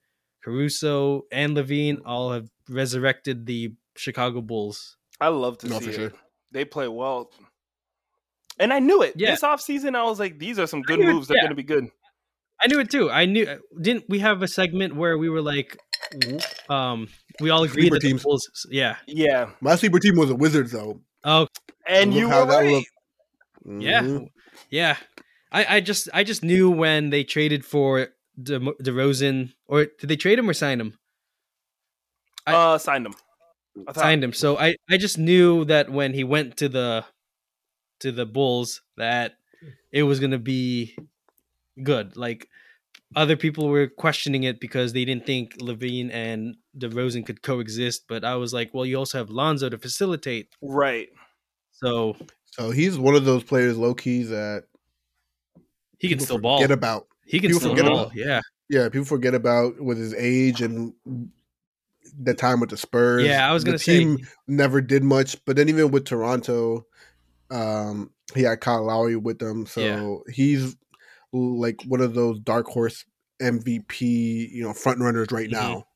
Caruso, and Levine all have resurrected the Chicago Bulls. I love to No, see for it. sure. They play well. And I knew it. Yeah. This offseason, I was like, these are some good knew it, moves. They're yeah. going to be good. I knew it too. I knew. Didn't we have a segment where we were like, um, we all agreed Sleeper that the teams. Bulls, yeah. Yeah. My sleeper team was a Wizards, though. Oh, And Look you how were that right. looked. Yeah, Mhm. yeah. I, I just I just knew when they traded for De, DeRozan, or did they trade him or sign him? I- uh, signed them. I thought, Signed him. So I I just knew that when he went to the to the Bulls that it was gonna be good. Like other people were questioning it because they didn't think Levine and DeRozan could coexist, but I was like, well, you also have Lonzo to facilitate. right. So So he's one of those players, low key, that he can people still ball. forget about. He can people still forget ball. about- Yeah. Yeah, people forget about with his age and the time with the Spurs. Yeah, I was The gonna say team never did much, but then even with Toronto, um, he had Kyle Lowry with them, so he's like one of those dark horse MVP, you know, front runners right Mhm. now.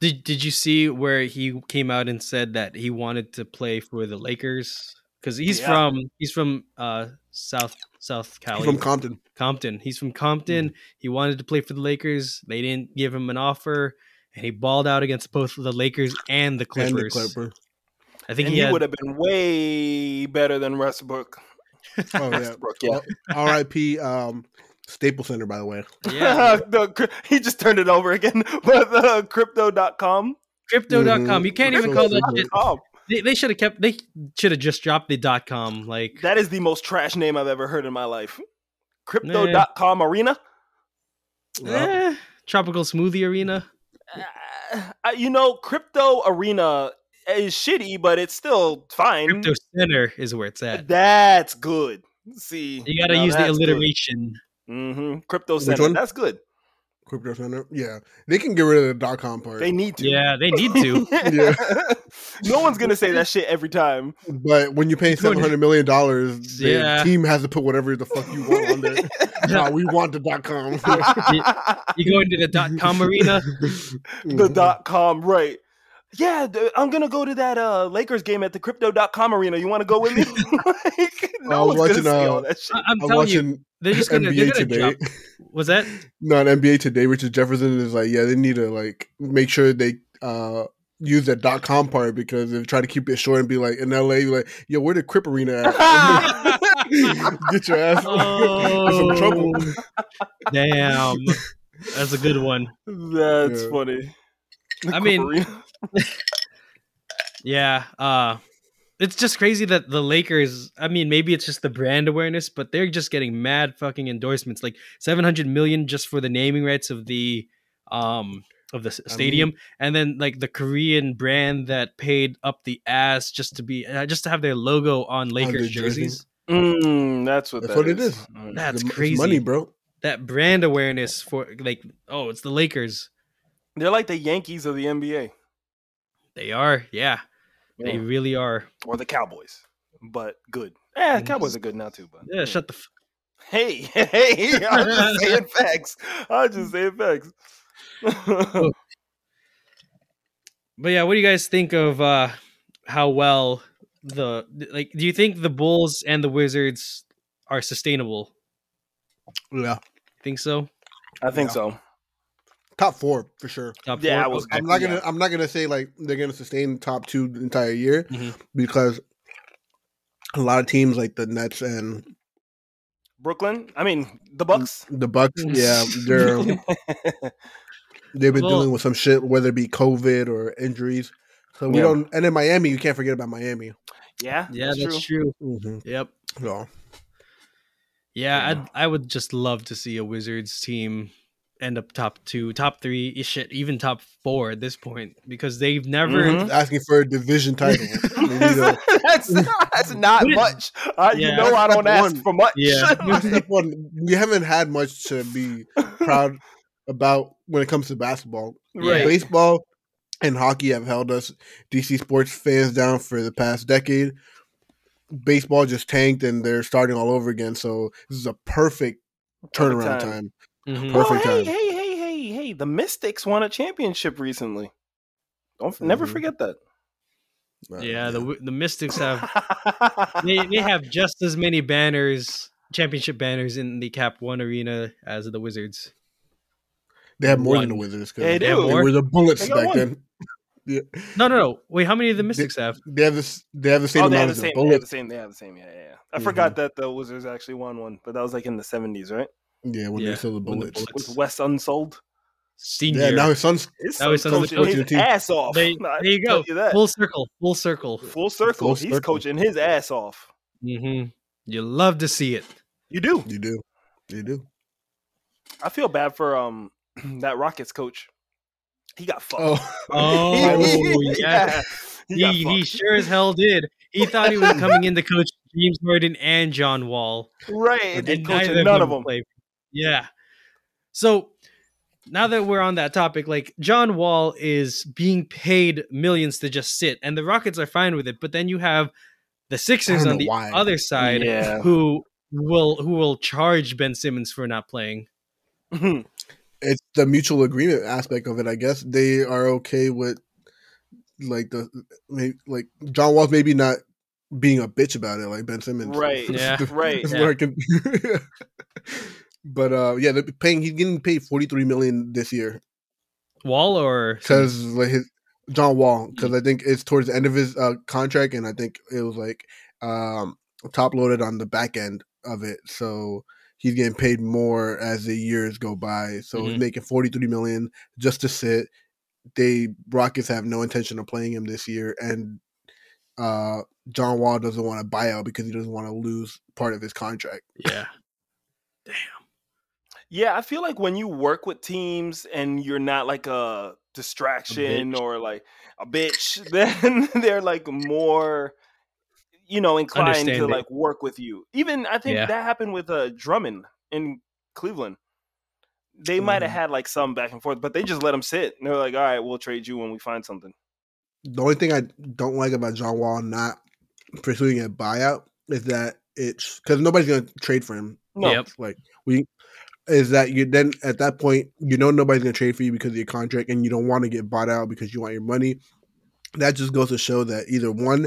Did Did you see where he came out and said that he wanted to play for the Lakers? Because he's Yeah. from he's from uh South South Cali, He's from Compton. Compton. He's from Compton. He wanted to play for the Lakers. They didn't give him an offer, and he balled out against both the Lakers and the Clippers. And the <laughs> Clipper. I think and he, he <laughs> had- would have been way better than Westbrook. Oh yeah. Westbrook, yeah. R.I.P. Um, Staples Center, by the way. yeah. <laughs> The cr- he just turned it over again. <laughs> But uh, crypto.com. Crypto.com. Mhm. You can't even So call that stupid. shit. Oh, They, they should have kept. They should have just dropped the dot com. Like that is the most trash name I've ever heard in my life. Crypto.com arena. Well, eh, tropical smoothie arena. Uh, you know, crypto arena is shitty, but it's still fine. Crypto Center is where it's at. That's good. See, You gotta use the alliteration. Mm-hmm. Crypto Which Center. one? That's good. Crypto Center. Yeah, they can get rid of the dot com part. They need <laughs> to. Yeah, they need to. Yeah. no one's gonna say that shit every time. But when you pay Doing seven it. hundred million dollars, the Yeah. team has to put whatever the <laughs> fuck you want <laughs> on there. nah, we want the dot com. you go into the dot <laughs> com arena. <laughs> the Mhm. dot com, right? Yeah, d- I'm gonna go to that uh, Lakers game at the crypto.com arena. You want to go with me? <laughs> like, no I was one's gonna watching, say uh, all that shit. I- I'm I'm telling you, watching they're just gonna, they're NBA gonna today. drop. Was <laughs> that? No, on NBA today, Richard Jefferson is like, yeah, they need to like make sure they uh use that dot com part because they try to keep it short and be like in LA, like, yo, where the Crip <laughs> Arena at? <laughs> <laughs> Get your ass. That's some trouble. Oh, damn. That's a good one. That's Yeah. funny. I mean- Arena. Yeah. Uh, it's just crazy that the Lakers. I mean, maybe it's just the brand awareness, but they're just getting mad fucking endorsements, like seven hundred million just for the naming rights of the um of the s- I stadium, and then like the Korean brand that paid up the ass just to be uh, just to have their logo on Lakers their jersey. jerseys. Mm, that's what That's that what it is. Mm. That's It's crazy. money, bro. That brand awareness for like, oh, it's the Lakers. They're like the Yankees of the NBA They are, yeah, they Yeah. really are. or the Cowboys, but good. Yeah, Mhm. Cowboys are good now too. But Yeah, shut the. F- <laughs> Hey, hey, <laughs> I'm just saying <laughs> facts. I'm just saying facts. <laughs> But yeah, what do you guys think of uh how well the like do you think the Bulls and the Wizards are sustainable? Yeah, Think so? I think Yeah. so. top four for sure. Top Yeah, I four? was- Okay. I'm not gonna. Yeah. I'm not gonna say like they're gonna sustain the top two the entire year Mhm. because a lot of teams like the Nets and Brooklyn, I mean the Bucks. the Bucks, yeah, they're they've been Well- dealing with some shit, whether it be COVID or injuries. So we Yeah. don't. And in Miami, you can't forget about Miami. <laughs> Yeah, Yeah, that's, true. Mm-hmm. Yep. So Yeah, Yeah. I'd, I would just love to see a Wizards team end up top two, top three, eh, shit, even top four at this point because they've never. Mhm. asking for a division title. We <laughs> need a- <laughs> that's, that's not What is- much. I, You Yeah. know, I don't That's ask one. for much. <laughs> Yeah. Step one, we haven't had much to be proud about when it comes to basketball. Right. Baseball and hockey have held us DC sports fans down for the past decade. Baseball just tanked and they're starting all over again. So this is a perfect turnaround time. time. Mhm. Oh, Perfect hey, time. hey, hey, hey, hey! The Mystics won a championship recently. Don't never Mhm. forget that. Uh, Yeah, the Wi- the Mystics have <laughs> they, they have just as many banners, championship banners in the Cap One arena as the Wizards. they have more than the one. Wizards. 'cause they they, have do. more. were the Bullets They got back one. then. yeah. No, no, no. Wait, how many of the They- Mystics have? They have this. They have the same oh, they have amount the as the same. They have Bullets. the same. They have the same. Yeah, yeah. yeah. I forgot that the Wizards actually won one, but that was like in the seventies, right? Yeah, when Yeah, they sell the when the Bullets. Bullets- With Wes Unsold, Senior. Yeah, now his son's his Now he's son on the coaching his coaching team. ass off. They- <laughs> I there you tell go. that. Full, Full circle. Full circle. circle. Full he's circle. coaching his ass off. hmm You love to see it. You do. you do, you do. I feel bad for um <clears throat> that Rockets coach. He got fucked. <laughs> Oh, Oh, yeah. He, He, got he fucked. sure as hell did. He thought he was coming in to coach James Harden and John Wall, right. And, and coaching neither none of them. played. Yeah. So now that we're on that topic, like John Wall is being paid millions to just sit, and the Rockets are fine with it. But then you have the Sixers know on the why. other side <laughs> Yeah. who will who will charge Ben Simmons for not playing. it's the mutual agreement aspect of it. I guess they are okay with like the may- like John Wall's maybe not being a bitch about it like Ben Simmons, <laughs> Right. Yeah. right. It's Yeah. working. <laughs> but uh, yeah, they're paying. He's getting paid forty three million this year <laughs> Wall or because like his John Wall because I think it's towards the end of his uh, contract and I think it was like um, top loaded on the back end of it, so he's getting paid more as the years go by. So Mhm. he's making forty three million just to sit. They Rockets have no intention of playing him this year, and uh, John Wall doesn't want to buy out because he doesn't want to lose part of his contract. yeah. Yeah, I feel like when you work with teams and you're not like a distraction bitch. or like a bitch, <laughs> then they're like more, you know, inclined to Understanding. like work with you. Even I think Yeah. that happened with uh, Drummond in Cleveland. They might have Mm. Mhm. had like some back and forth, but they just let him sit. And they're like, all right, we'll trade you when we find something. the only thing I don't like about John Wall not pursuing a buyout is that it's because nobody's going to trade for him. No. Yep. Like we is that you then at that point you know nobody's going to trade for you because of your contract and you don't want to get bought out because you want your money. That just goes to show that either one,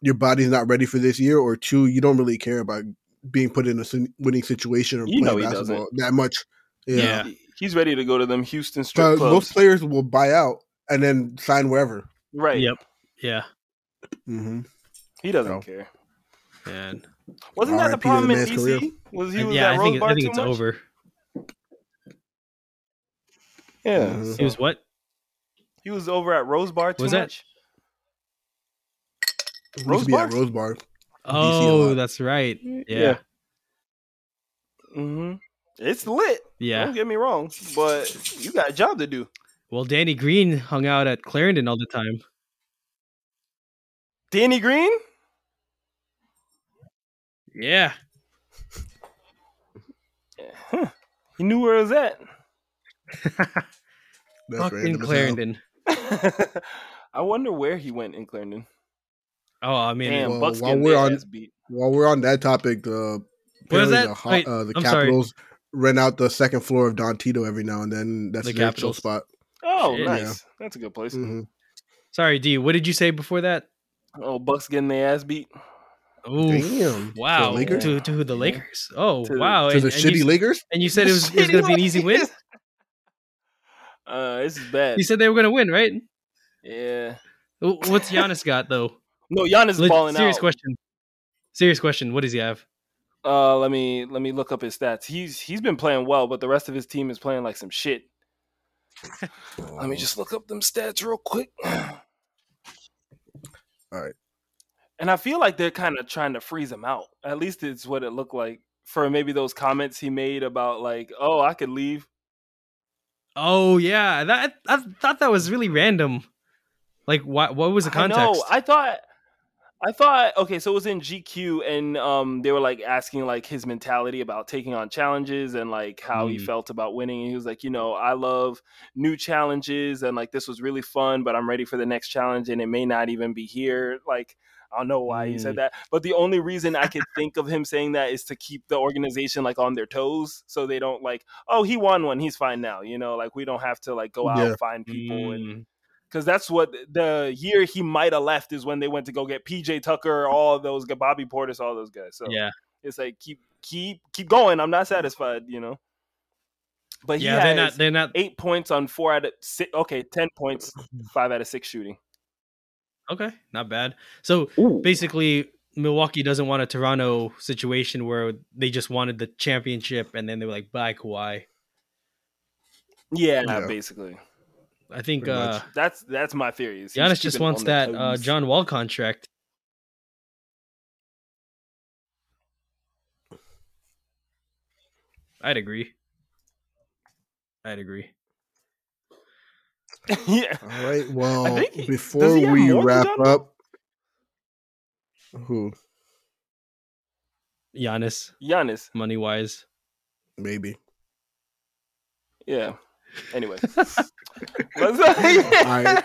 your body's not ready for this year, or two, you don't really care about being put in a sin- winning situation or You know playing he doesn't. basketball that much. Yeah. He's ready to go to them Houston strip So clubs. most players will buy out and then sign wherever. right. Yep. Yeah. Mm-hmm. He doesn't So. care. And Wasn't that the RIP to the problem in man's DC? career. Was he was Uh, yeah, at I Rose think Bar I think too it's much? over. Yeah. Mhm. He was what? Mm-hmm. He was over at Rose Bar too Was that- much. We used to be at Rosebar? Rose Bar. Oh, lot. that's right. Yeah. Yeah. hmm It's lit. Yeah. Don't get me wrong, but you got a job to do. Well, Danny Green hung out at Clarendon all the time. Danny Green? Yeah. Huh. He knew where it was at. <laughs> That's Fucking random as hell. Clarendon. I wonder where he went in Clarendon. Oh, I mean, Damn, Well, Bucks while getting we're their on- ass beat. While we're on that topic, the What is apparently that? the, Ho- Wait, uh, the I'm sorry. Capitals rent out the second floor of Don Tito every now and then. That's The the their chill Capitals. spot. Oh, Shit. nice. That's a good place. hmm sorry, D. What did you say before that? Oh, Bucks getting their ass beat Oh, Damn. wow. The Lakers? To, to the Yeah. Lakers? Oh, To- wow. To the you, shitty Lakers? and you said it was, it was going to be an easy <laughs> win? <laughs> Uh, this is bad. You said they were going to win, right? yeah. Wh- What's Giannis got, though? No, Giannis is Leg- balling serious out. question. Serious question. What does he have? Uh, let me let me look up his stats. He's he's been playing well, but the rest of his team Mm-hmm. is playing like some shit. Let me just look up them stats real quick. <clears throat> All right. And I feel like they're kind of trying to freeze him out. At least it's what it looked like for maybe those comments he made about like, oh, I could leave. Oh yeah, that I thought that was really random. Like, what what was the context? I know. I thought. I thought okay, so it was in GQ, and um, they were like asking like his mentality about taking on challenges and like how he Mm. felt about winning. And he was like, you know, I love new challenges, and like this was really fun, but I'm ready for the next challenge, and it may not even be here. Like, I don't know why he Mm. said that, but the only reason I could think of him saying that is to keep the organization like on their toes, so they don't like, oh, he won one, he's fine now, you know, like we don't have to like go out Yeah. find people and Mm. because that's what the year he might have left is when they went to go get PJ Tucker, all of those guys, Bobby Portis, all those guys. So yeah, it's like keep keep keep going. I'm not satisfied, you know. But he yeah, has they're not they're not eight points on four out of six. Okay, ten points, five out of six shooting. okay, not bad. So Ooh. basically, Milwaukee doesn't want a Toronto situation where they just wanted the championship and then they were like, "Bye, Kawhi." Yeah, Yeah. basically. I think Pretty uh, much. That's that's my theory. is he's Giannis just keeping wants on their that uh, toes. John Wall contract. I'd agree. I'd agree. <laughs> yeah. All right. Well, think he- does before he have we more than wrap John- up, who Giannis, Giannis. money wise. maybe? Yeah. Anyway. <laughs> right. I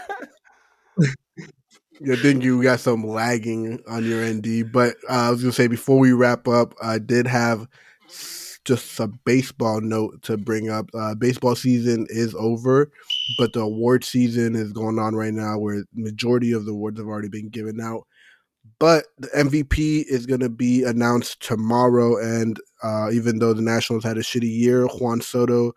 think you got some lagging on your ND, but uh, I was gonna say before we wrap up, I did have s- just a baseball note to bring up. Uh, baseball season is over, but the award season is going on right now, where majority of the awards have already been given out. But the MVP is gonna be announced tomorrow, and uh, even though the Nationals had a shitty year, Juan Soto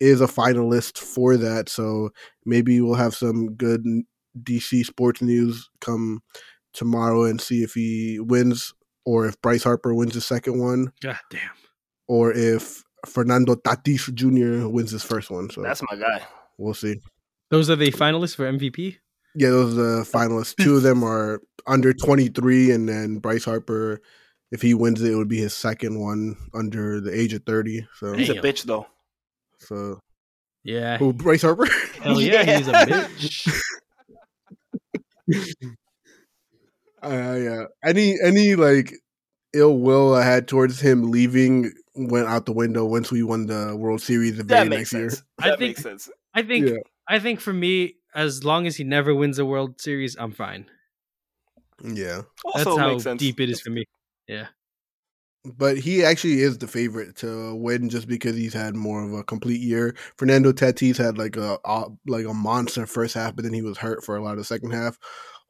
is a finalist for that. So maybe we'll have some good n- DC sports news come tomorrow and see if he wins or if Bryce Harper wins his second one God damn. or if Fernando Tatis Jr. wins his first one. <laughs> So That's my guy. we'll see. Those are the finalists for MVP. Yeah, those are the finalists. Two of <laughs> them are under 23, and then Bryce Harper, if he wins it, it would be his second one under the age of 30. So, He's a Damn. bitch though. so Yeah. who Bryce Harper? <laughs> Hell yeah, Yeah. he's a bitch. Uh, yeah. Any any like ill will I had towards him leaving went out the window once we won the World Series the very That makes next year. sense. I That think- makes sense. I think Yeah. I think for me, as long as he never wins a World Series, I'm fine. Yeah, That's Also how makes sense. deep it is for me. but he actually is the favorite to win just because he's had more of a complete year. Fernando Tatis had like a uh, like a monster first half, but then he was hurt for a lot of the second half.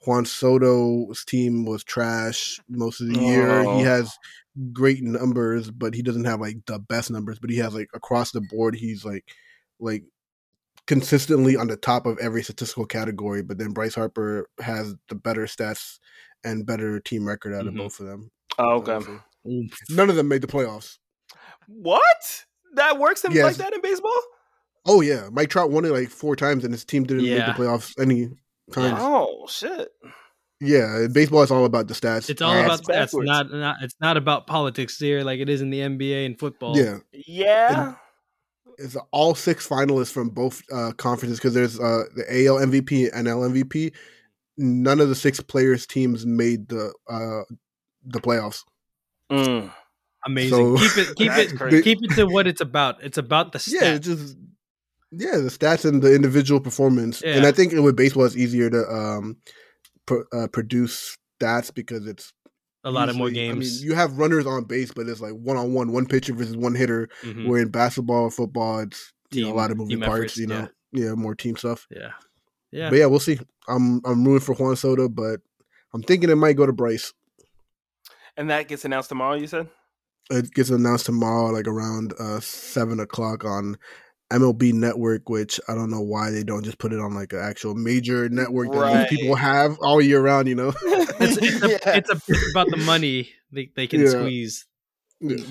Juan Soto's team was trash most of the year. Oh. He has great numbers, but he doesn't have like the best numbers. But he has like across the board, he's like like consistently on the top of every statistical category. But then Bryce Harper has the better stats and better team record out of Mhm. both of them. Oh, So, okay. so- Ooh, None of them made the playoffs. What? That works in, like Yes. that in baseball? Oh yeah, Mike Trout won it like four times, and his team didn't Yeah. make the playoffs any times. Yeah. Oh shit! baseball is all about the stats. It's all Uh, about that's backwards. not, not it's not about politics here like it is in the NBA and football. yeah. Yeah, It's all six finalists from both uh, conferences because there's uh, the AL MVP and NL MVP. None of the six players' teams made the uh, the playoffs. Mm. Amazing. So- keep <laughs> it keep That's it crazy. keep it to what it's about. It's about the Yeah, stats. it's just yeah, the stats and the individual performance. And Yeah. I think with baseball, it's easier to um, pr- uh, produce stats because it's a lot of more usually- I games. mean, you have runners on base, but it's like one on one, one pitcher versus one hitter. Mhm. Where in basketball, football, it's you know, a Team- lot of team moving parts. efforts, you know, yeah. more team stuff. <laughs> Yeah. Yeah. But yeah, we'll see. I'm I'm rooting for Juan Soto, but I'm thinking it might go to Bryce. and that gets announced tomorrow. You said It gets announced tomorrow, like around uh, seven o'clock on MLB Network. Which I don't know why they don't just put it on like an actual major network that most Right. people have all year round. You know, It's, it's, <laughs> a- Yeah. it's, a, it's about the money they, they can Yeah. squeeze. <laughs>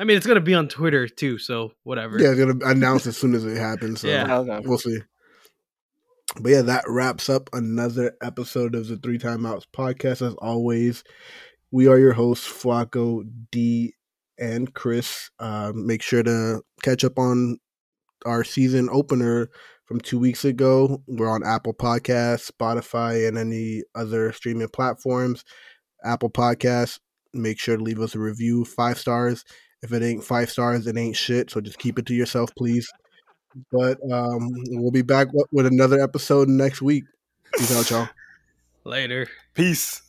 I mean, it's going to be on Twitter too, so whatever. yeah, they're gonna announce as soon as it happens. So Yeah. Okay. we'll see. But yeah, that wraps up another episode of the Three Timeouts podcast. As always, we are your hosts, Flacco, D, and Chris. Uh, make sure to catch up on our season opener from two weeks ago. We're on Apple Podcasts, Spotify, and any other streaming platforms. Apple Podcasts, make sure to leave us a review, five stars. If it ain't five stars, it ain't shit. So just keep it to yourself, please. But um, we'll be back with another episode next week. Peace out, y'all. Later. Peace.